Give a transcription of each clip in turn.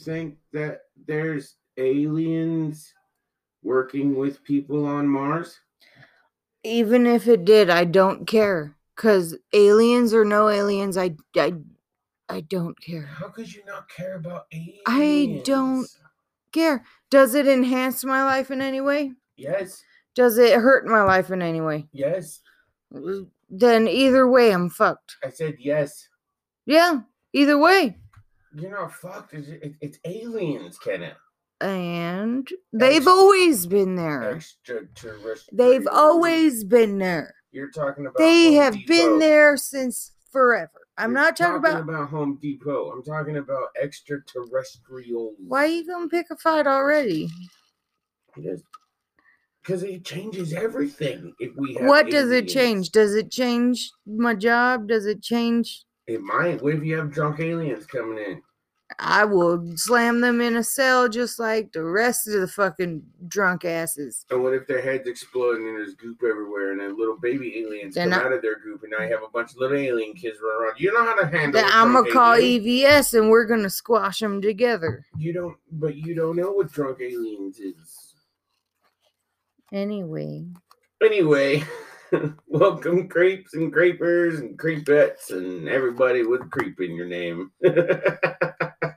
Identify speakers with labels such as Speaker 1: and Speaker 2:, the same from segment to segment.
Speaker 1: think that there's aliens working with people on Mars?
Speaker 2: Even if it did, I don't care. Cause aliens or no aliens, I I, I don't care.
Speaker 1: How could you not care about aliens?
Speaker 2: I don't care. Does it enhance my life in any way?
Speaker 1: Yes,
Speaker 2: Does it hurt my life in any way?
Speaker 1: yes.
Speaker 2: Then either way, I'm fucked.
Speaker 1: I said yes.
Speaker 2: Yeah, either way.
Speaker 1: You're not fucked. It's, it- it's aliens, Kenneth.
Speaker 2: And they've
Speaker 1: Ex-
Speaker 2: always been there.
Speaker 1: Extraterrestrial.
Speaker 2: They've always been there.
Speaker 1: You're talking about.
Speaker 2: They
Speaker 1: Home
Speaker 2: have
Speaker 1: Depot.
Speaker 2: been there since forever. I'm
Speaker 1: You're
Speaker 2: not talking about
Speaker 1: Home Depot. I'm talking about extraterrestrials.
Speaker 2: why you gonna pick a fight already?
Speaker 1: Because it changes everything. If we have
Speaker 2: What does it
Speaker 1: aliens.
Speaker 2: change? Does it change my job? Does it change?
Speaker 1: It might. What if you have drunk aliens coming in?
Speaker 2: I will slam them in a cell just like the rest of the fucking drunk asses.
Speaker 1: And what if their heads explode and there's goop everywhere and then little baby aliens
Speaker 2: They're
Speaker 1: come
Speaker 2: not-
Speaker 1: out of their goop and now you have a bunch of little alien kids running around. You know how to handle.
Speaker 2: Then
Speaker 1: a
Speaker 2: I'm
Speaker 1: drunk
Speaker 2: gonna call E
Speaker 1: alien.
Speaker 2: EVS and we're gonna squash them together.
Speaker 1: You don't, but you don't know what drunk aliens is.
Speaker 2: Anyway,
Speaker 1: Anyway, welcome creeps and creepers and creepettes and everybody with creep in your name. uh,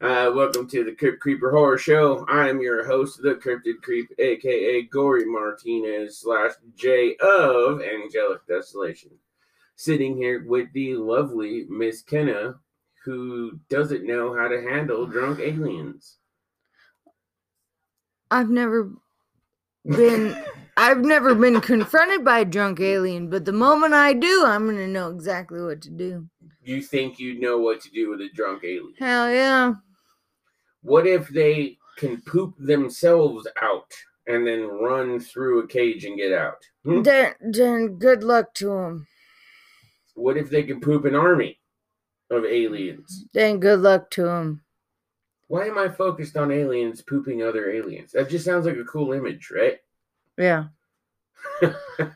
Speaker 1: welcome to the Crypt Creeper Horror Show. I am your host, the Cryptid Creep, aka Gory Martinez slash J of Angelic Desolation. Sitting here with the lovely Miss Kenna, who doesn't know how to handle drunk aliens.
Speaker 2: I've never been I've never been confronted by a drunk alien, but the moment I do, I'm gonna know exactly what to do.
Speaker 1: you think you know what to do with a drunk alien?
Speaker 2: Hell yeah.
Speaker 1: What if they can poop themselves out and then run through a cage and get out? Hmm?
Speaker 2: Then, then good luck to them.
Speaker 1: What if they can poop an army of aliens?
Speaker 2: Then good luck to them.
Speaker 1: Why am I focused on aliens pooping other aliens? That just sounds like a cool image, right?
Speaker 2: Yeah.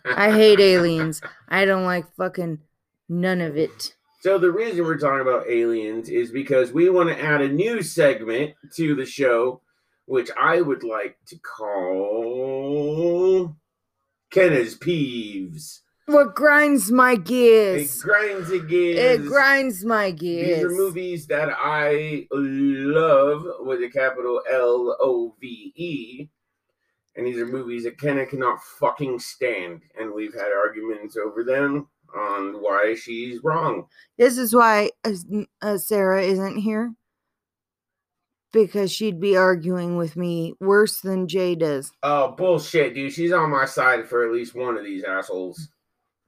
Speaker 2: I hate aliens. I don't like fucking none of it.
Speaker 1: So the reason we're talking about aliens is because we want to add a new segment to the show, which I would like to call Kenna's Peeves.
Speaker 2: What grinds my
Speaker 1: It
Speaker 2: gears?
Speaker 1: grinds again.
Speaker 2: It grinds my
Speaker 1: These are
Speaker 2: gears.
Speaker 1: movies that I love with a capital L O V E. And these are movies that Kenna cannot fucking stand. And we've had arguments over them on why she's wrong.
Speaker 2: This is why uh, uh, Sarah isn't here because she'd be arguing with me worse than Jay does.
Speaker 1: Oh, bullshit, dude. She's on my side for at least one of these assholes.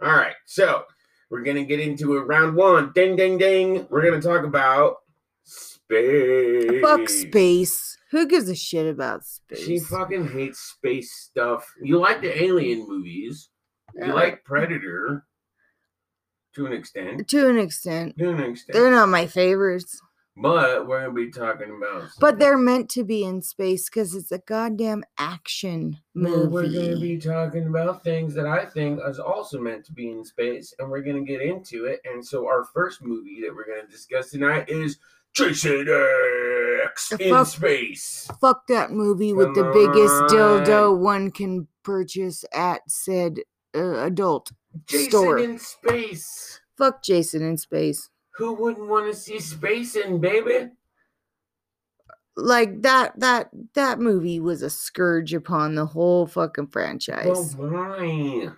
Speaker 1: All right. So we're going to get into it. Round one. Ding, ding, ding. We're going to talk about space.
Speaker 2: Fuck space. Who gives a shit about space?
Speaker 1: She fucking hates space stuff. You like the alien movies. You
Speaker 2: Yeah.
Speaker 1: like Predator to an extent.
Speaker 2: to an extent.
Speaker 1: To an extent.
Speaker 2: They're not my favorites,
Speaker 1: but we're gonna be talking about
Speaker 2: but they're meant to be in space because it's a goddamn action
Speaker 1: Well,
Speaker 2: movie.
Speaker 1: we're gonna be talking about things that I think is also meant to be in space, and we're gonna get into it. And so our first movie that we're gonna discuss tonight is Jason X
Speaker 2: The
Speaker 1: in
Speaker 2: fuck-
Speaker 1: space.
Speaker 2: Fuck that movie with the
Speaker 1: Come
Speaker 2: biggest dildo
Speaker 1: on.
Speaker 2: one can purchase at said uh, adult.
Speaker 1: Jason
Speaker 2: Store.
Speaker 1: in space.
Speaker 2: Fuck Jason in space.
Speaker 1: Who wouldn't want to see space in, baby?
Speaker 2: Like that that that movie was a scourge upon the whole fucking franchise.
Speaker 1: Well, why?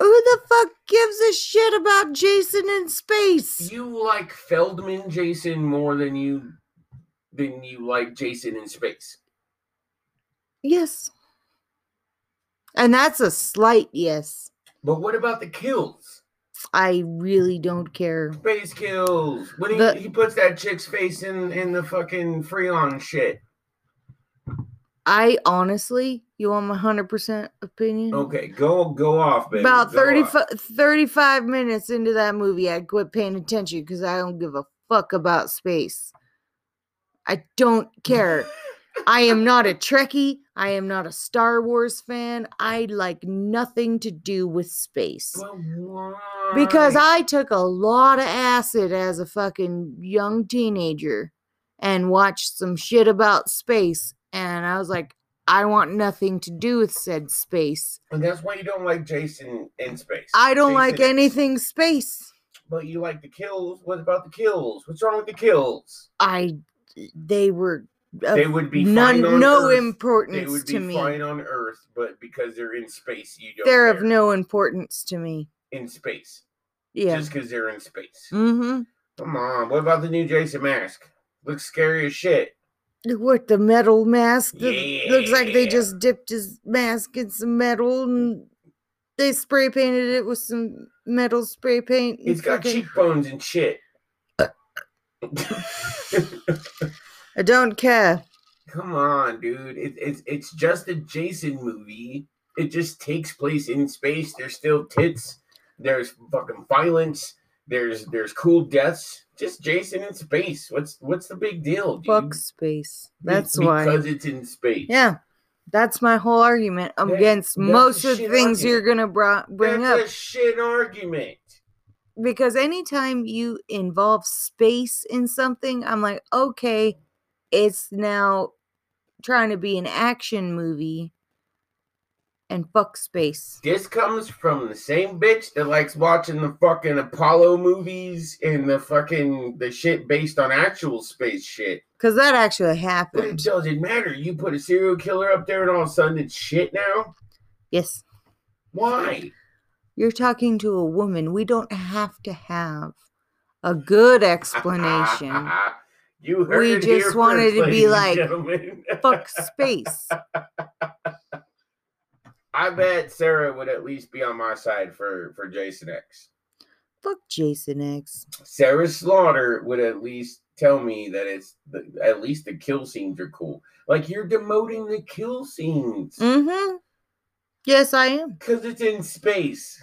Speaker 2: Who the fuck gives a shit about Jason in space?
Speaker 1: You like Feldman Jason more than you than you like Jason in space.
Speaker 2: Yes. And that's a slight yes.
Speaker 1: But what about the kills?
Speaker 2: I really don't care.
Speaker 1: Space kills. When he,
Speaker 2: The-
Speaker 1: he puts that chick's face in in the fucking Freon shit.
Speaker 2: I honestly, you want my 100% opinion?
Speaker 1: Okay, go go off, baby.
Speaker 2: Mm. About
Speaker 1: go
Speaker 2: 30,
Speaker 1: off.
Speaker 2: fu- 35 minutes into that movie, I quit paying attention because I don't give a fuck about space. I don't care. I am not a Trekkie. I am not a Star Wars fan. I like nothing to do with space.
Speaker 1: But
Speaker 2: Because
Speaker 1: why?
Speaker 2: I took a lot of acid as a fucking young teenager. and watched some shit about space. And I was like, I want nothing to do with said space.
Speaker 1: And that's why you don't like Jason in space.
Speaker 2: I don't like
Speaker 1: Jason-
Speaker 2: anything space.
Speaker 1: But you like the kills. What about the kills? What's wrong with the kills?
Speaker 2: I, they were of
Speaker 1: They would be
Speaker 2: Uh, none,
Speaker 1: fine on
Speaker 2: no
Speaker 1: Earth. They
Speaker 2: importance
Speaker 1: would
Speaker 2: to
Speaker 1: be
Speaker 2: me.
Speaker 1: fine on Earth, but because they're in space, you don't.
Speaker 2: They're of
Speaker 1: care.
Speaker 2: no importance to me.
Speaker 1: in space.
Speaker 2: Yeah.
Speaker 1: Just because they're in space.
Speaker 2: mm-hmm.
Speaker 1: Come on. What about the new Jason mask? Looks scary as shit.
Speaker 2: What the metal mask? that Looks like they
Speaker 1: Yeah.
Speaker 2: just dipped his mask in some metal and they spray painted it with some metal spray paint. and
Speaker 1: It's got
Speaker 2: fucking-
Speaker 1: cheekbones and shit.
Speaker 2: I don't care.
Speaker 1: Come on, dude. It, it's it's just a Jason movie. It just takes place in space. There's still tits. There's fucking violence. There's there's cool deaths. Just Jason in space. What's what's the big deal, dude?
Speaker 2: Fuck space. That's
Speaker 1: it's
Speaker 2: why.
Speaker 1: because it's in space.
Speaker 2: Yeah. That's my whole argument
Speaker 1: That-
Speaker 2: against
Speaker 1: that's a
Speaker 2: most of the
Speaker 1: shit
Speaker 2: things you're going to bring
Speaker 1: That's
Speaker 2: up.
Speaker 1: a shit argument.
Speaker 2: because anytime you involve space in something, I'm like, okay, it's now trying to be an action movie and fuck space.
Speaker 1: This comes from the same bitch that likes watching the fucking Apollo movies and the fucking the shit based on actual space shit.
Speaker 2: Because that actually
Speaker 1: But it
Speaker 2: happened.
Speaker 1: doesn't matter. You put a serial killer up there, and all of a sudden it's shit now.
Speaker 2: Yes.
Speaker 1: Why?
Speaker 2: You're talking to a woman. We don't have to have a good explanation.
Speaker 1: you heard
Speaker 2: We
Speaker 1: it here
Speaker 2: just wanted
Speaker 1: first,
Speaker 2: to
Speaker 1: ladies
Speaker 2: be
Speaker 1: and
Speaker 2: like,
Speaker 1: gentlemen.
Speaker 2: fuck space.
Speaker 1: I bet Sarah would at least be on my side for for Jason X.
Speaker 2: Fuck Jason X.
Speaker 1: Sarah Slaughter would at least tell me that it's the, at least the kill scenes are cool. Like you're demoting the kill scenes
Speaker 2: Mm hmm. Yes, I am.
Speaker 1: because it's in space.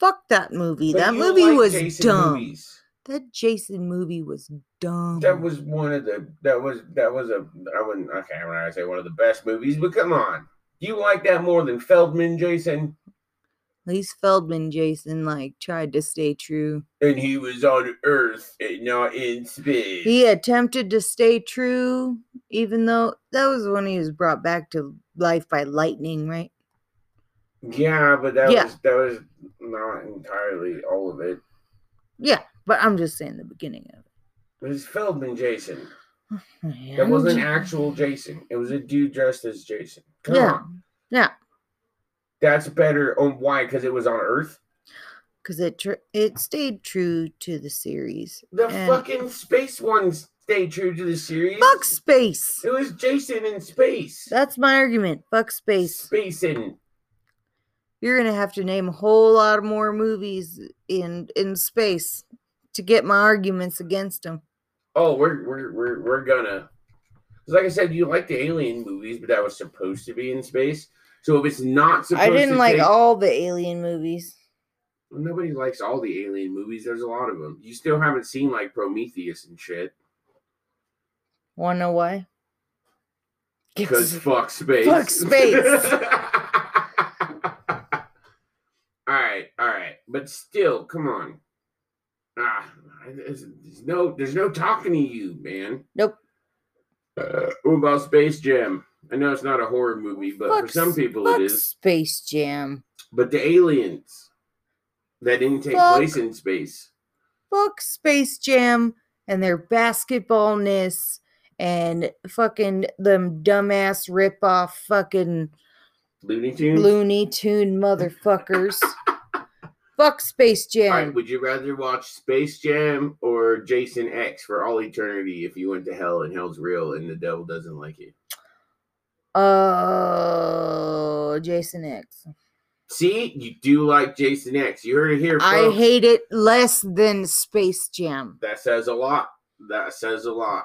Speaker 2: Fuck that movie.
Speaker 1: But
Speaker 2: that
Speaker 1: you
Speaker 2: movie
Speaker 1: like
Speaker 2: was
Speaker 1: Jason
Speaker 2: dumb.
Speaker 1: movies.
Speaker 2: That Jason movie was dumb.
Speaker 1: That was one of the that was that was a I wouldn't okay when I say one of the best movies, but come on, you like that more than Feldman, Jason?
Speaker 2: At least Feldman Jason like tried to stay true.
Speaker 1: And he was on Earth and not in space.
Speaker 2: He attempted to stay true, even though that was when he was brought back to life by lightning, right?
Speaker 1: yeah, but that
Speaker 2: Yeah.
Speaker 1: was that was not entirely all of it.
Speaker 2: Yeah, but I'm just saying the beginning of
Speaker 1: It was Feldman, Jason.
Speaker 2: it.
Speaker 1: That wasn't
Speaker 2: And-
Speaker 1: actual Jason. It was a dude dressed as Jason. Come
Speaker 2: Yeah.
Speaker 1: on.
Speaker 2: Yeah.
Speaker 1: That's better on why? Because it was on Earth.
Speaker 2: Cause it tr- it stayed true to the series.
Speaker 1: The
Speaker 2: And-
Speaker 1: fucking space ones stay true to the series.
Speaker 2: Fuck space.
Speaker 1: It was Jason in space.
Speaker 2: That's my argument. Fuck space.
Speaker 1: Space in.
Speaker 2: You're gonna have to name a whole lot more movies in in space to get my arguments against them.
Speaker 1: Oh, we're we're we're we're gonna. 'Cause Like I said, you like the alien movies, but that was supposed to be in space. So if it's not supposed,
Speaker 2: I didn't
Speaker 1: to
Speaker 2: like
Speaker 1: take-
Speaker 2: all the alien movies.
Speaker 1: Nobody likes all the alien movies. There's a lot of them. You still haven't seen like Prometheus and shit
Speaker 2: Wanna know why?
Speaker 1: because fuck space.
Speaker 2: Fuck space.
Speaker 1: all right, all right, but still, come on. Ah, there's, there's no, there's no talking to you, man.
Speaker 2: Nope.
Speaker 1: Uh, what about Space Jam? I know it's not a horror movie, but
Speaker 2: Fuck
Speaker 1: for some
Speaker 2: s-
Speaker 1: people
Speaker 2: fuck
Speaker 1: it is.
Speaker 2: Space Jam.
Speaker 1: But the aliens that didn't take
Speaker 2: Fuck.
Speaker 1: place in space.
Speaker 2: Fuck Space Jam and their basketballness and fucking them dumbass ripoff fucking
Speaker 1: Looney Tunes.
Speaker 2: Looney Tune motherfuckers. Fuck Space
Speaker 1: All right,
Speaker 2: Jam.
Speaker 1: would you rather watch Space Jam or Jason X for all eternity if you went to hell and hell's real and the devil doesn't like you?
Speaker 2: Oh, Jason X.
Speaker 1: See, you do like Jason X. You heard it here,
Speaker 2: I
Speaker 1: folks.
Speaker 2: hate it less than Space Jam.
Speaker 1: that says a lot. That says a lot.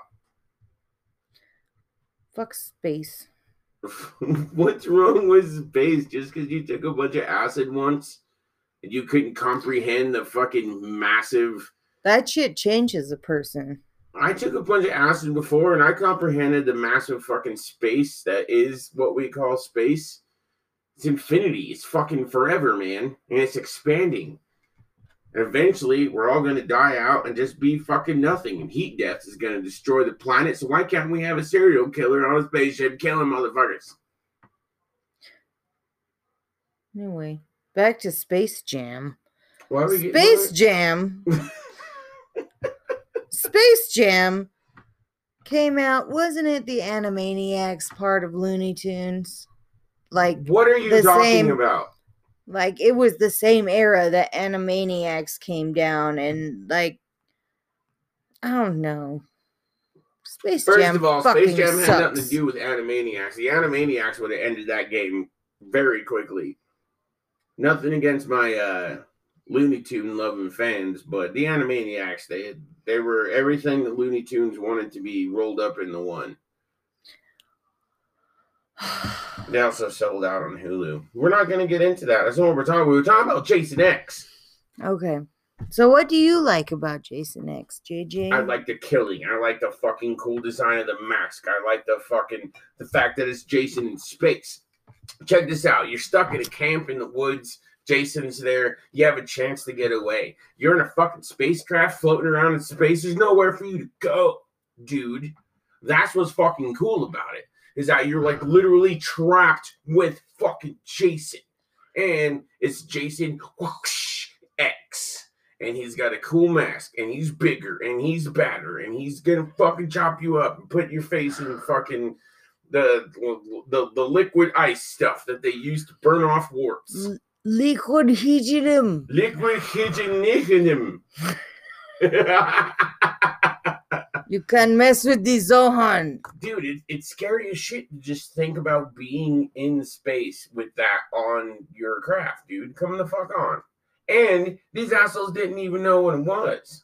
Speaker 2: Fuck space.
Speaker 1: What's wrong with space? Just because you took a bunch of acid once and you couldn't comprehend the fucking massive
Speaker 2: That shit changes a person.
Speaker 1: I took a bunch of acid before and I comprehended the massive fucking space that is what we call space. It's infinity. It's fucking forever, man. And it's expanding. And eventually, we're all going to die out and just be fucking nothing. And heat death is going to destroy the planet. So why can't we have a serial killer on a spaceship killing motherfuckers?
Speaker 2: Anyway, back to Space Jam.
Speaker 1: Why are we getting all
Speaker 2: Space Jam. Space Jam came out, wasn't it the Animaniacs part of Looney Tunes? Like
Speaker 1: that- What are you
Speaker 2: the
Speaker 1: talking
Speaker 2: same-
Speaker 1: about?
Speaker 2: like it was the same era that Animaniacs came down and like I don't know. Space
Speaker 1: First
Speaker 2: Jam
Speaker 1: of all,
Speaker 2: fucking
Speaker 1: Space Jam
Speaker 2: sucks.
Speaker 1: had nothing to do with Animaniacs. The Animaniacs would have ended that game very quickly. Nothing against my uh, Looney Tune loving fans, but the Animaniacs they they were everything that Looney Tunes wanted to be rolled up into one. They also sold out on Hulu. We're not going to get into that. That's not what we're talking. We were talking about Jason X.
Speaker 2: okay. So what do you like about Jason X, JJ?
Speaker 1: I like the killing. I like the fucking cool design of the mask. I like the fucking the fact that it's Jason in space. Check this out. You're stuck in a camp in the woods. Jason's there. You have a chance to get away. You're in a fucking spacecraft floating around in space. There's nowhere for you to go, dude. That's what's fucking cool about it. Is that you're like literally trapped with fucking Jason. And it's Jason whoosh, X and he's got a cool mask, and he's bigger, and he's badder, and he's gonna fucking chop you up and put your face in fucking the the the liquid ice stuff that they use to burn off warts.
Speaker 2: L- Liquid Hijrim.
Speaker 1: Liquid hydrogen.
Speaker 2: You can mess with the Zohan.
Speaker 1: Dude, it, it's scary as shit to just think about being in space with that on your craft, dude. Come the fuck on. And these assholes didn't even know what it was.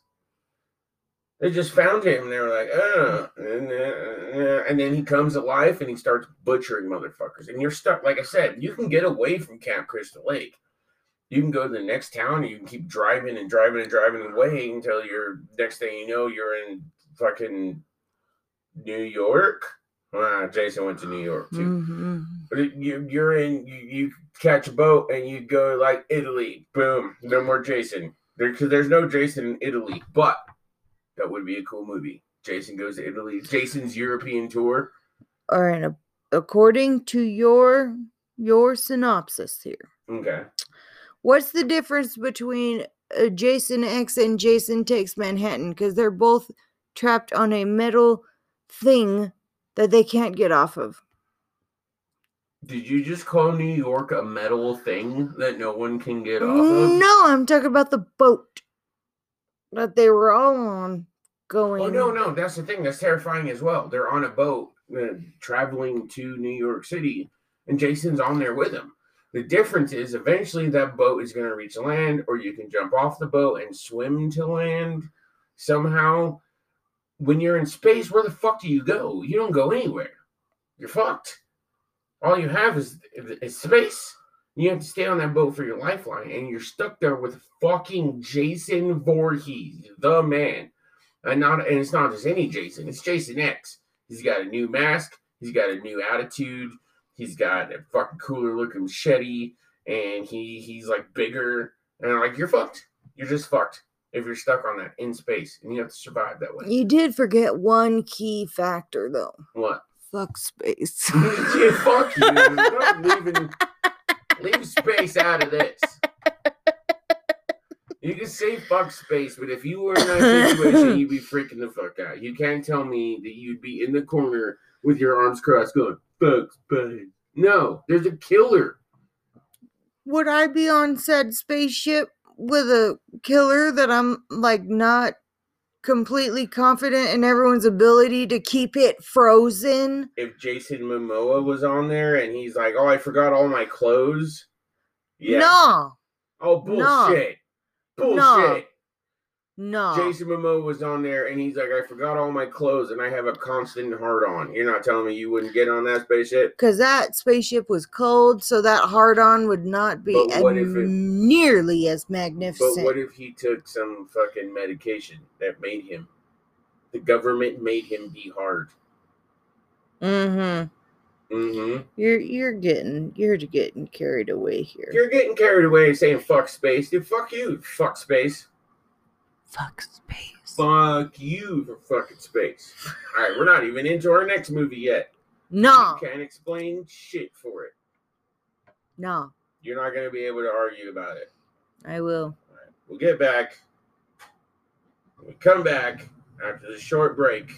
Speaker 1: They just found him and they were like, uh, and, uh, uh," and then he comes to life and he starts butchering motherfuckers. And you're stuck. Like I said, you can get away from Camp Crystal Lake. You can go to the next town and you can keep driving and driving and driving away until you're next thing you know, you're in fucking New York. Ah, Jason went to New York too.
Speaker 2: Mhm.
Speaker 1: But You, you're in. You, you catch a boat and you go like Italy. Boom. No more Jason. There, because there's no Jason in Italy. But that would be a cool movie. Jason goes to Italy. Jason's European tour.
Speaker 2: Or in a, according to your your synopsis here.
Speaker 1: Okay.
Speaker 2: What's the difference between uh, Jason X and Jason Takes Manhattan? Because they're both trapped on a metal thing that they can't get off of.
Speaker 1: Did you just call New York a metal thing that no one can get off of?
Speaker 2: No, I'm talking about the boat that they were all on going.
Speaker 1: Oh no, no, that's the thing. That's terrifying as well. They're on a boat uh, traveling to New York City, and Jason's on there with him. The difference is eventually that boat is going to reach land, or you can jump off the boat and swim to land somehow. When you're in space, where the fuck do you go? You don't go anywhere. You're fucked. All you have is, is space. You have to stay on that boat for your lifeline, and you're stuck there with fucking Jason Voorhees, the man and not and it's not just any Jason. It's Jason X. He's got a new mask. He's got a new attitude. He's got a fucking cooler looking machete, and he he's like bigger. And I'm like you're fucked. You're just fucked if you're stuck on that in space, and you have to survive that way.
Speaker 2: You did forget one key factor though.
Speaker 1: What?
Speaker 2: Fuck space.
Speaker 1: yeah, fuck you. Stop leaving, leave space out of this. You can say fuck space, but if you were in that situation, you'd be freaking the fuck out. You can't tell me that you'd be in the corner with your arms crossed going, fuck space. No, there's a killer.
Speaker 2: Would I be on said spaceship with a killer that I'm like not completely confident in everyone's ability to keep it frozen?
Speaker 1: If Jason Momoa was on there and he's like, oh, I forgot all my clothes. Yeah.
Speaker 2: No,
Speaker 1: Oh,
Speaker 2: No.
Speaker 1: bullshit. Bullshit.
Speaker 2: no.
Speaker 1: Jason Momoa was on there, and he's like, "I forgot all my clothes, and I have a constant hard on." You're not telling me you wouldn't get on that spaceship?
Speaker 2: Because that spaceship was cold, so that hard on would not be
Speaker 1: But what
Speaker 2: a-
Speaker 1: if it-
Speaker 2: nearly as
Speaker 1: But
Speaker 2: magnificent.
Speaker 1: what if he took some fucking medication that made him? The government made him be hard.
Speaker 2: mm-hmm.
Speaker 1: hmm
Speaker 2: You're you're getting you're getting carried away here.
Speaker 1: You're getting carried away saying fuck space, dude. Fuck you, fuck space.
Speaker 2: Fuck space.
Speaker 1: Fuck you for fucking space. All right, we're not even into our next movie yet.
Speaker 2: No,
Speaker 1: You can't explain shit for it.
Speaker 2: no,
Speaker 1: You're not gonna be able to argue about it.
Speaker 2: I will.
Speaker 1: All right, we'll get back. When we come back after the short break.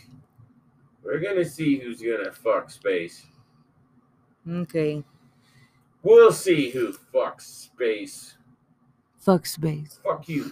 Speaker 1: We're gonna see who's gonna fuck space.
Speaker 2: Okay.
Speaker 1: We'll see who fucks space.
Speaker 2: Fuck space.
Speaker 1: Fuck you.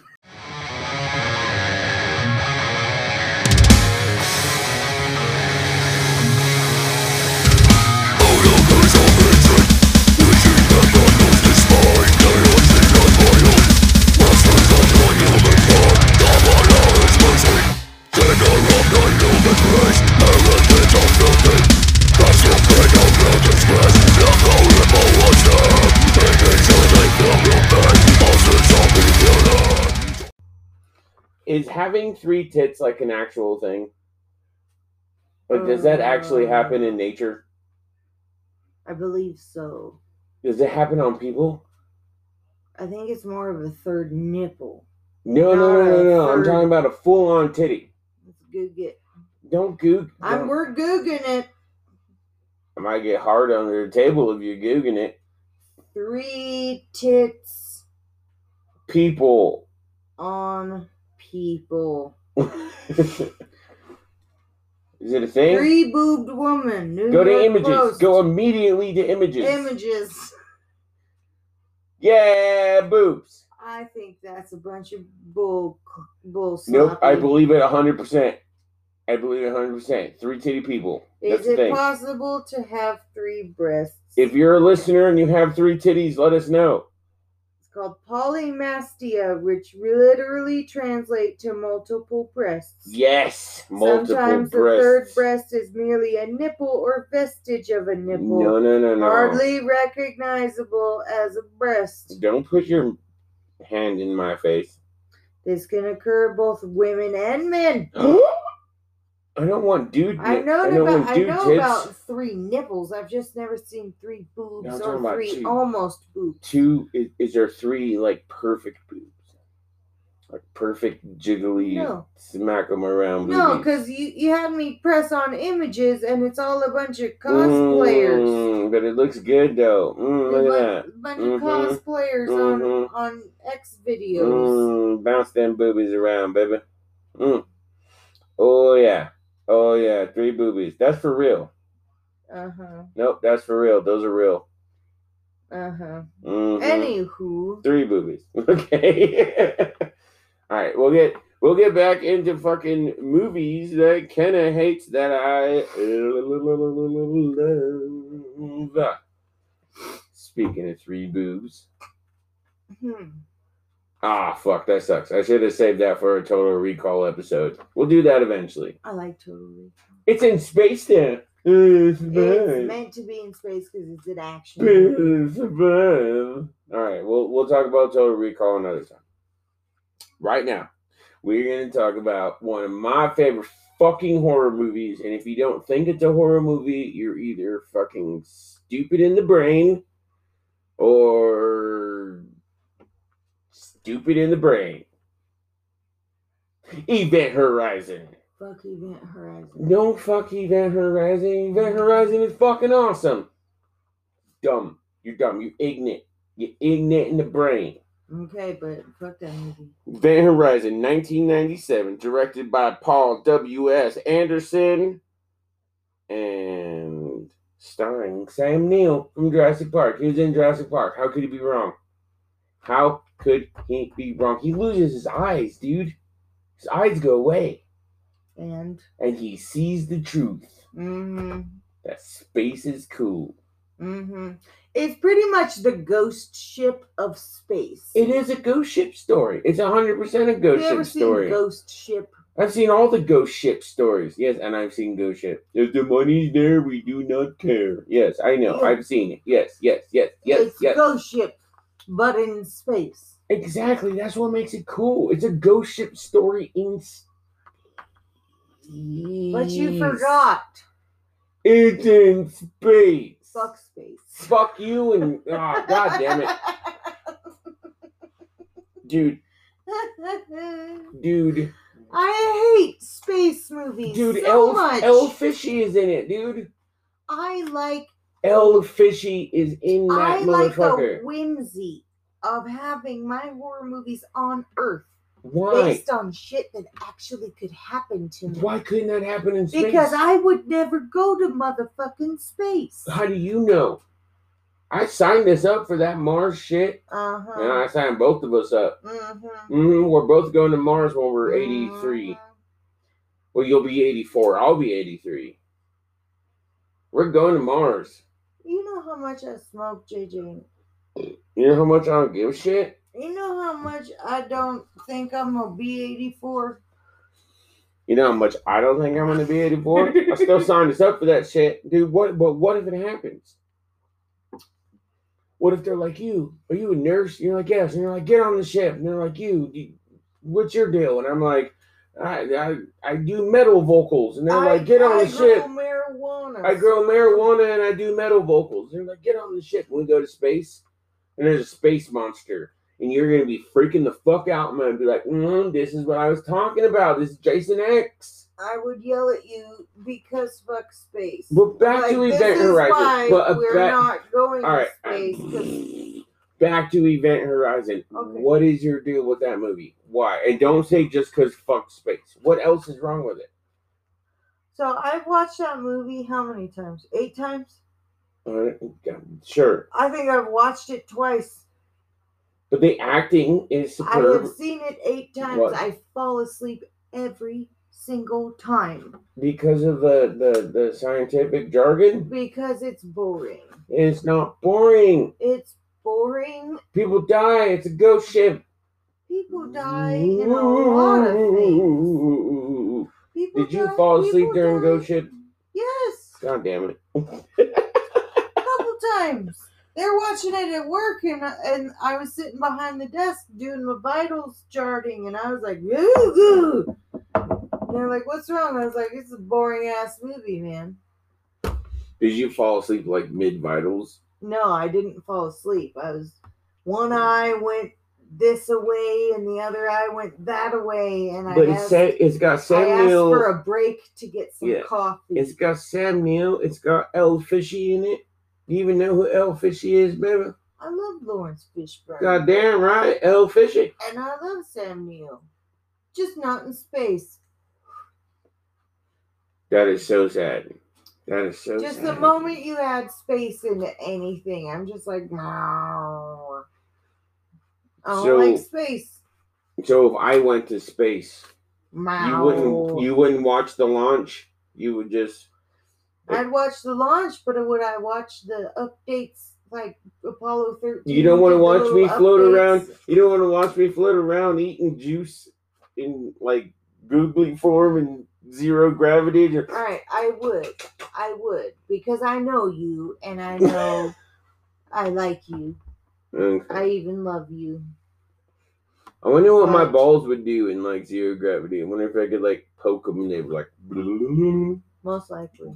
Speaker 1: Is having three tits like an actual thing? Like, does that actually happen in nature?
Speaker 2: I believe so.
Speaker 1: Does it happen on people?
Speaker 2: I think it's more of a third nipple.
Speaker 1: No, no, no, no, no. I'm
Speaker 2: Or-
Speaker 1: talking about a full on titty.
Speaker 2: Let's goog it.
Speaker 1: Don't goog.
Speaker 2: I'm
Speaker 1: don't-
Speaker 2: we're googing it.
Speaker 1: I might get hard under the table if you're googing it.
Speaker 2: Three tits
Speaker 1: People.
Speaker 2: on people.
Speaker 1: Is it a thing?
Speaker 2: Three boobed woman. New
Speaker 1: Go to
Speaker 2: York
Speaker 1: images.
Speaker 2: Post.
Speaker 1: Go immediately to images.
Speaker 2: images.
Speaker 1: yeah, boobs.
Speaker 2: I think that's a bunch of bull bull.
Speaker 1: Nope, I
Speaker 2: sloppy.
Speaker 1: believe it 100%. I believe it 100%. Three titty people. That's
Speaker 2: Is
Speaker 1: the
Speaker 2: it
Speaker 1: thing.
Speaker 2: possible to have three breasts?
Speaker 1: if you're a listener and you have three titties, let us know.
Speaker 2: it's called polymastia, which literally translate to multiple breasts.
Speaker 1: Yes, multiple
Speaker 2: Sometimes the third
Speaker 1: breasts.
Speaker 2: breast is merely a nipple or vestige of a nipple,
Speaker 1: no, no, no, no.
Speaker 2: hardly recognizable as a breast.
Speaker 1: Don't put your hand in my face.
Speaker 2: This can occur both women and men.
Speaker 1: I don't want dude.
Speaker 2: I
Speaker 1: nip-
Speaker 2: know
Speaker 1: Oh, I don't
Speaker 2: about
Speaker 1: want
Speaker 2: I
Speaker 1: dude
Speaker 2: know
Speaker 1: tits.
Speaker 2: about three nipples. I've just never seen three boobs
Speaker 1: I'm talking
Speaker 2: or
Speaker 1: about
Speaker 2: three
Speaker 1: two.
Speaker 2: almost boobs.
Speaker 1: Two is, is there three like perfect boobs, like perfect jiggly
Speaker 2: No.
Speaker 1: smack them around. boobies?
Speaker 2: No, because you, you had me press on images and it's all a bunch of cosplayers.
Speaker 1: Mm, but it looks good though. Mm,
Speaker 2: a
Speaker 1: look
Speaker 2: bunch,
Speaker 1: at that.
Speaker 2: bunch
Speaker 1: Mhm.
Speaker 2: of cosplayers
Speaker 1: Mhm.
Speaker 2: on on X videos.
Speaker 1: Mm, bounce them boobies around, baby. Mm. Oh yeah, oh yeah, three boobies. That's for real.
Speaker 2: Uh huh.
Speaker 1: Nope, that's for real. Those are real.
Speaker 2: Uh huh.
Speaker 1: Mhm.
Speaker 2: Anywho,
Speaker 1: three boobies. Okay. All right, we'll get we'll get back into fucking movies that Kenna hates that I love. Speaking of three boobs.
Speaker 2: hmm.
Speaker 1: Ah, fuck, that sucks. I should have saved that for a total recall episode. We'll do that eventually.
Speaker 2: I like totally.
Speaker 1: It's in space now. It's
Speaker 2: It's
Speaker 1: mine.
Speaker 2: meant to be in space because it's an action. movie.
Speaker 1: All right, we'll we'll talk about Total Recall another time. Right now, we're going to talk about one of my favorite fucking horror movies, and if you don't think it's a horror movie, you're either fucking stupid in the brain or stupid in the brain. Event Horizon.
Speaker 2: Fuck Event Horizon.
Speaker 1: Don't fuck Event Horizon. Event Horizon is fucking awesome. Dumb. You're dumb. You're ignorant. You're ignorant in the brain.
Speaker 2: Okay, but fuck that movie.
Speaker 1: Event Horizon, 1997, directed by Paul W.S. Anderson and starring Sam Neill from Jurassic Park. He was in Jurassic Park. How could he be wrong? How could he be wrong? He loses his eyes, dude. His eyes go away,
Speaker 2: And
Speaker 1: and he sees the truth.
Speaker 2: mm-hmm.
Speaker 1: that space is cool.
Speaker 2: Mm-hmm. It's pretty much the ghost ship of space.
Speaker 1: It is a ghost ship story. It's hundred percent a
Speaker 2: Have
Speaker 1: ghost
Speaker 2: you ever
Speaker 1: ship
Speaker 2: seen
Speaker 1: story.
Speaker 2: Ghost ship.
Speaker 1: I've seen all the ghost ship stories. Yes, and I've seen ghost ship. If the money's there, we do not care. Yes, I know.
Speaker 2: Yeah.
Speaker 1: I've seen it. Yes, yes, yes, yes,
Speaker 2: it's
Speaker 1: yes.
Speaker 2: ghost ship, but in space.
Speaker 1: exactly. That's what makes it cool. It's a ghost ship story in. s-
Speaker 2: But you
Speaker 1: Yes.
Speaker 2: forgot
Speaker 1: It's in space.
Speaker 2: Fuck space.
Speaker 1: Fuck you and oh, god damn it. Dude, dude,
Speaker 2: I hate space movies
Speaker 1: dude,
Speaker 2: so
Speaker 1: El,
Speaker 2: much.
Speaker 1: El Fishy is in it, dude.
Speaker 2: I like
Speaker 1: El Fishy is in that
Speaker 2: I like the
Speaker 1: motherfucker.
Speaker 2: whimsy of having my horror movies on Earth
Speaker 1: Why?
Speaker 2: based on shit that actually could happen to me.
Speaker 1: Why couldn't that happen in space?
Speaker 2: Because I would never go to motherfucking space. Uh-huh.
Speaker 1: How do you know? I signed us up for that Mars shit. And
Speaker 2: Uh-huh.
Speaker 1: I signed both of us up.
Speaker 2: Mm-hmm.
Speaker 1: hmm we're both going to Mars when we're 83. Well, you'll be 84. I'll be 83. We're going to Mars.
Speaker 2: You know how much I smoke, JJ.
Speaker 1: You know how much I don't give a shit?
Speaker 2: You know how much I don't think I'm gonna be 84.
Speaker 1: You know how much I don't think I'm going to be 84? I still signed us up for that shit. Dude, what, but what if it happens? What if they're like, you, are you a nurse? And you're like, yes. And you're like, get on the ship. And they're like, you, you- what's your deal? And I'm like, I, I, I do metal vocals. And they're
Speaker 2: I,
Speaker 1: like, get on
Speaker 2: I
Speaker 1: the ship.
Speaker 2: grow marijuana.
Speaker 1: I grow marijuana and I do metal vocals. They're like, get on the ship. We go to space, and there's a space monster, and you're gonna be freaking the fuck out. I'm gonna be like, mm, this is what I was talking about. This is Jason X.
Speaker 2: I would yell at you because fuck space.
Speaker 1: But back
Speaker 2: Like,
Speaker 1: to
Speaker 2: this
Speaker 1: Event
Speaker 2: is
Speaker 1: Horizon.
Speaker 2: why
Speaker 1: but a
Speaker 2: we're
Speaker 1: back-
Speaker 2: not going
Speaker 1: all right.
Speaker 2: to space. 'cause-
Speaker 1: Back to Event Horizon.
Speaker 2: Okay.
Speaker 1: What is your deal with that movie? Why? And don't say just because fuck space. What else is wrong with it?
Speaker 2: So I've watched that movie how many times? Eight times?
Speaker 1: Uh, yeah, sure,
Speaker 2: I think I've watched it twice.
Speaker 1: but the acting is
Speaker 2: I have
Speaker 1: superb
Speaker 2: seen it eight times.
Speaker 1: What?
Speaker 2: I fall asleep every single time
Speaker 1: because of the, the the scientific jargon.
Speaker 2: because it's boring.
Speaker 1: It's not boring.
Speaker 2: It's boring.
Speaker 1: People die. It's a ghost ship.
Speaker 2: People die in a lot of things. People
Speaker 1: Did you
Speaker 2: die-
Speaker 1: fall asleep
Speaker 2: people
Speaker 1: during
Speaker 2: die-
Speaker 1: ghost ship?
Speaker 2: Yes, a
Speaker 1: God damn it.
Speaker 2: couple times. They're watching it at work, and and I was sitting behind the desk doing my vitals charting, and I was like, "Goo goo." And They're like, "What's wrong?" I was like, "It's a boring ass movie, man."
Speaker 1: Did you fall asleep like mid vitals?
Speaker 2: No, I didn't fall asleep. I was one eye went this away, and the other eye went that away, and I
Speaker 1: But it's
Speaker 2: asked,
Speaker 1: sa- it's got
Speaker 2: I asked for
Speaker 1: Samuel.
Speaker 2: a break to get some
Speaker 1: Yeah.
Speaker 2: coffee.
Speaker 1: It's got Samuel. It's got El Fishy in it. Do you even know who El Fishy is, baby?
Speaker 2: I love Lawrence Fishburne.
Speaker 1: God damn right, El Fishy.
Speaker 2: And I love Sam Neill. Just not in space.
Speaker 1: That is so sad. That is so
Speaker 2: Just
Speaker 1: sad.
Speaker 2: the moment you add space into anything, I'm just like, no. I don't
Speaker 1: So-
Speaker 2: like space.
Speaker 1: So if I went to space, you
Speaker 2: Meow.
Speaker 1: wouldn't you wouldn't watch the launch. You would just
Speaker 2: I'd watch the launch, but would I watch the updates like Apollo 13?
Speaker 1: You don't want to
Speaker 2: did the
Speaker 1: watch me
Speaker 2: little
Speaker 1: float
Speaker 2: updates?
Speaker 1: around. You don't want to watch me float around eating juice in like googly form and zero gravity. Just-
Speaker 2: All right, I would. I would. Because I know you and I know I like you.
Speaker 1: Okay.
Speaker 2: I even love you.
Speaker 1: I wonder what my
Speaker 2: Right.
Speaker 1: balls would do in like zero gravity. I wonder if I could like poke them and they were like.
Speaker 2: Most likely.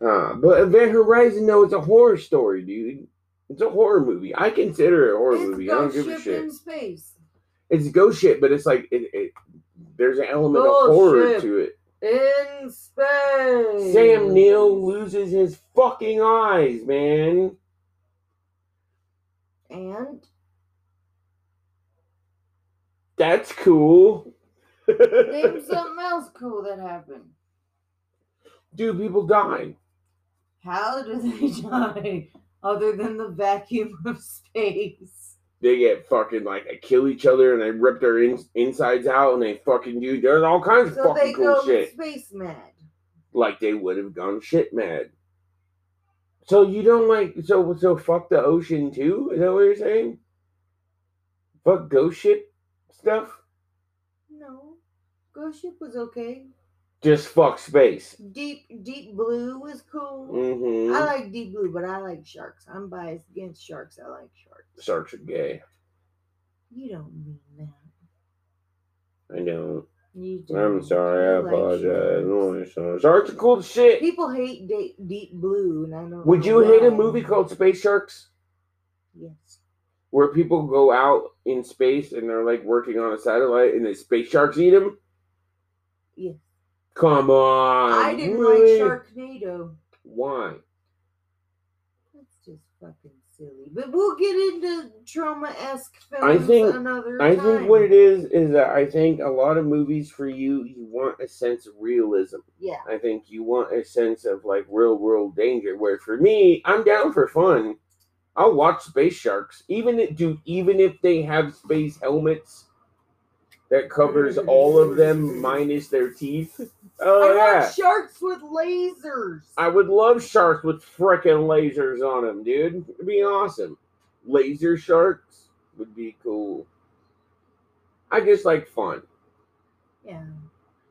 Speaker 1: Uh, but Event Horizon, though, it's a horror story, dude. It's a horror movie. I consider it a horror movie. I don't give a
Speaker 2: ship
Speaker 1: shit.
Speaker 2: in space.
Speaker 1: It's ghost shit, but it's like it, it there's an element
Speaker 2: Ghost
Speaker 1: of horror
Speaker 2: ship.
Speaker 1: to it.
Speaker 2: In space.
Speaker 1: Sam Neill loses his fucking eyes, man.
Speaker 2: And
Speaker 1: That's cool.
Speaker 2: name something else cool that happened.
Speaker 1: Dude, people die.
Speaker 2: How do they die other than the vacuum of space?
Speaker 1: They get fucking like they kill each other and they rip their in- insides out and they fucking do. There's all kinds of
Speaker 2: So they
Speaker 1: fucking cool
Speaker 2: go
Speaker 1: shit.
Speaker 2: space mad.
Speaker 1: Like they would have gone shit mad. So you don't like so so fuck the ocean too? Is that what you're saying? Fuck ghost ship stuff.
Speaker 2: No. Ghost ship was okay.
Speaker 1: Just fuck space.
Speaker 2: Deep deep blue was cool.
Speaker 1: Mm-hmm.
Speaker 2: I like deep blue, but I like sharks. I'm biased against sharks. I like sharks.
Speaker 1: Sharks are gay.
Speaker 2: You don't mean that.
Speaker 1: I know.
Speaker 2: You
Speaker 1: I'm
Speaker 2: don't.
Speaker 1: sorry. I
Speaker 2: You like
Speaker 1: apologize.
Speaker 2: sharks.
Speaker 1: No, sharks. Sharks are cool as shit.
Speaker 2: People hate da- Deep Blue, and I don't.
Speaker 1: Would
Speaker 2: know
Speaker 1: you hate a
Speaker 2: why.
Speaker 1: movie called Space Sharks?
Speaker 2: Yes.
Speaker 1: Where people go out in space and they're like working on a satellite and the space sharks eat them?
Speaker 2: Yeah.
Speaker 1: Come on.
Speaker 2: I didn't
Speaker 1: really?
Speaker 2: like Sharknado.
Speaker 1: Why?
Speaker 2: That's just fucking silly. But we'll get into trauma esque films
Speaker 1: think-
Speaker 2: another
Speaker 1: I
Speaker 2: time.
Speaker 1: think what it is is that I think a lot of movies for you, you want a sense of realism.
Speaker 2: Yeah.
Speaker 1: I think you want a sense of like real world danger. Where for me, I'm down for fun. I'll watch space sharks, even if, dude, even if they have space helmets that covers all of them minus their teeth. Oh
Speaker 2: I
Speaker 1: yeah,
Speaker 2: want sharks with lasers.
Speaker 1: I would love sharks with frickin' lasers on them, dude. It'd be awesome. Laser sharks would be cool. I just like fun.
Speaker 2: yeah.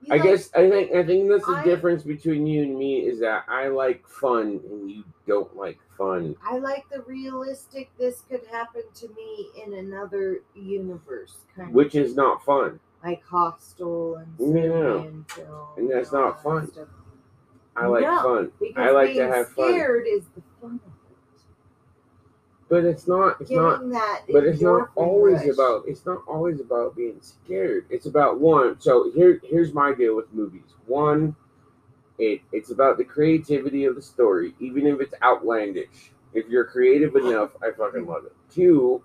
Speaker 2: You
Speaker 1: I
Speaker 2: like-
Speaker 1: guess I think I think that's the
Speaker 2: I-
Speaker 1: difference between you and me is that I like fun and you don't like fun.
Speaker 2: I like the realistic. This could happen to me in another universe kind of
Speaker 1: Which is not fun.
Speaker 2: like Hostel and
Speaker 1: Yeah.
Speaker 2: Serbian film
Speaker 1: And that's
Speaker 2: all
Speaker 1: not
Speaker 2: that
Speaker 1: fun.
Speaker 2: stuff.
Speaker 1: I like
Speaker 2: No.
Speaker 1: fun.
Speaker 2: Because
Speaker 1: I like to
Speaker 2: being
Speaker 1: have fun.
Speaker 2: scared is the fun. of
Speaker 1: But it's not
Speaker 2: it.
Speaker 1: it's
Speaker 2: Getting
Speaker 1: not
Speaker 2: that.
Speaker 1: but it's not
Speaker 2: endorphin
Speaker 1: always
Speaker 2: rush.
Speaker 1: about it's not always about being scared it's about one so here here's my deal with movies one it it's about the creativity of the story even if it's outlandish if you're creative enough i fucking love it two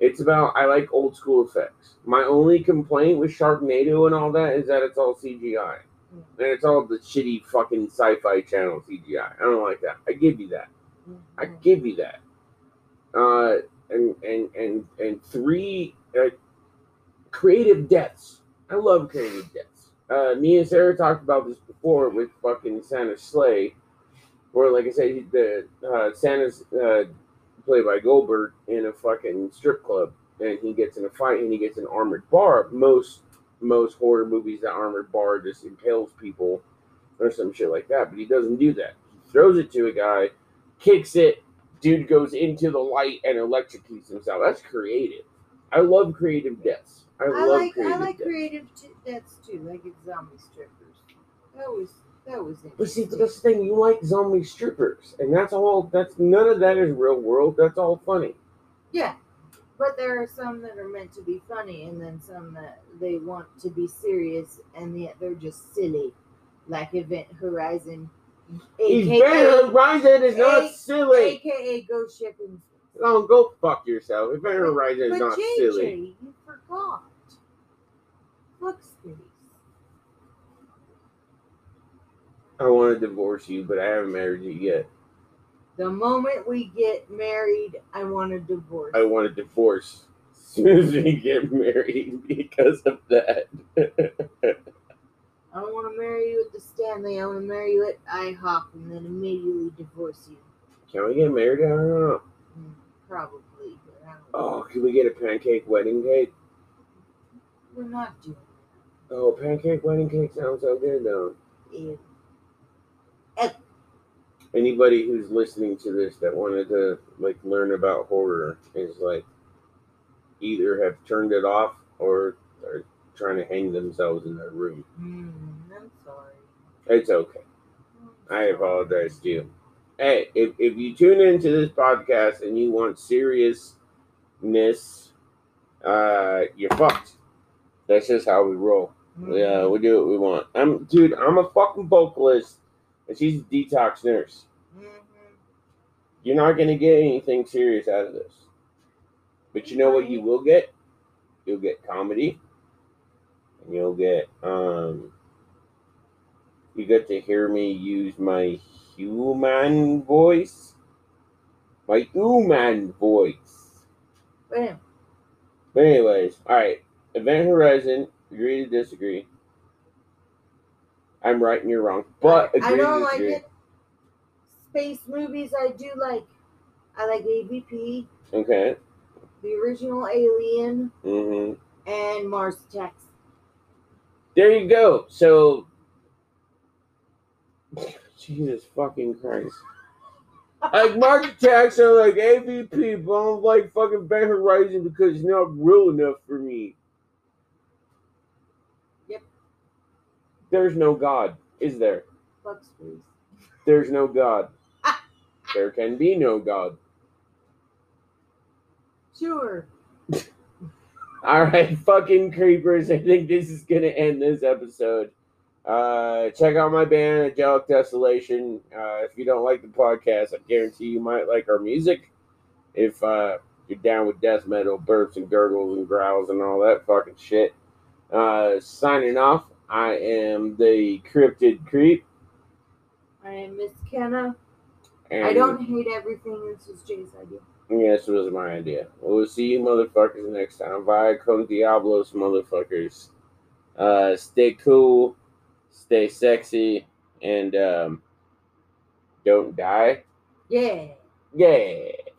Speaker 1: it's about i like old school effects my only complaint with sharknado and all that is that it's all cgi and it's all the shitty fucking sci-fi channel cgi i don't like that i give you that I
Speaker 2: Mhm.
Speaker 1: give you that. Uh, and and and and three uh, creative deaths. I love creative deaths. Uh, me and Sarah talked about this before with fucking Santa Slay, where like I said, the uh, Santa's uh, played by Goldberg in a fucking strip club, and he gets in a fight and he gets an armored bar. Most most horror movies, that armored bar just impales people or some shit like that, but he doesn't do that. He throws it to a guy kicks it. Dude goes into the light and electrocutes himself. That's creative. I love creative deaths. I,
Speaker 2: I
Speaker 1: love
Speaker 2: like I
Speaker 1: creative
Speaker 2: like
Speaker 1: deaths.
Speaker 2: creative t- deaths too, like in zombie strippers. That was that was interesting.
Speaker 1: but see, but that's the thing. You like zombie strippers, and that's all. That's none of that is real world. That's all funny.
Speaker 2: yeah, but there are some that are meant to be funny, and then some that they want to be serious, and yet they're just silly, like Event Horizon,
Speaker 1: Event Horizon is not
Speaker 2: A-
Speaker 1: silly.
Speaker 2: aka Go Shipping.
Speaker 1: No, go fuck yourself. Event Horizon
Speaker 2: But
Speaker 1: is not
Speaker 2: JJ,
Speaker 1: silly.
Speaker 2: you forgot. Fuck space.
Speaker 1: I want to divorce you, but I haven't married you yet.
Speaker 2: The moment we get married, I want a divorce.
Speaker 1: I want a divorce as soon as we get married because of that.
Speaker 2: I don't want to marry you at the Stanley. I want to marry you at IHOP and then immediately divorce you.
Speaker 1: Can we get married? I don't know.
Speaker 2: Mm, Probably, but I don't
Speaker 1: Oh, can we get a pancake wedding cake?
Speaker 2: We're not doing
Speaker 1: Oh, pancake wedding cake sounds so good though.
Speaker 2: that. Ew.
Speaker 1: Anybody who's listening to this that wanted to like learn about horror is like either have turned it off or are trying to hang themselves in their room.
Speaker 2: Mm, I'm sorry.
Speaker 1: It's okay.
Speaker 2: I'm
Speaker 1: I
Speaker 2: sorry.
Speaker 1: apologize to you. Hey, if, if you tune into this podcast and you want seriousness, uh, you're fucked. That's just how we roll.
Speaker 2: Mm.
Speaker 1: Yeah, we do what we want. I'm, dude. I'm a fucking vocalist, and she's a detox nurse.
Speaker 2: Mhm.
Speaker 1: You're not gonna get anything serious out of this. But you know what? You will get. You'll get comedy, and you'll get um. You get to hear me use my human voice. My human voice.
Speaker 2: But anyway,
Speaker 1: But anyways, all right. Event Horizon, agree to disagree. I'm right and you're wrong, but agree
Speaker 2: I don't
Speaker 1: to
Speaker 2: like
Speaker 1: disagree.
Speaker 2: it. Space movies, I do like. I like AVP,
Speaker 1: Okay.
Speaker 2: the original Alien,
Speaker 1: hmm
Speaker 2: and Mars Attacks.
Speaker 1: There you go. So, Jesus fucking Christ. Like market tax are like AVP, but I don't like fucking Event Horizon because it's not real enough for me.
Speaker 2: Yep.
Speaker 1: There's no God, is there?
Speaker 3: Bugs Bunny.
Speaker 1: There's no God. There can be no God.
Speaker 3: Sure.
Speaker 1: All right, fucking creepers. I think this is going to end this episode. Uh, check out my band, Angelic Desolation. Uh, if you don't like the podcast, I guarantee you might like our music. If uh, you're down with death metal, burps and gurgles and growls and all that fucking shit. Uh, signing off, I am the Cryptid Creep.
Speaker 3: I am Miss Kenna.
Speaker 1: And
Speaker 3: I don't hate everything. This was Jay's idea.
Speaker 1: Yeah, this was my idea. We'll see you motherfuckers next time. Via con Diablos, motherfuckers. Uh, stay cool, stay sexy, and um, don't die.
Speaker 3: Yeah.
Speaker 1: Yeah.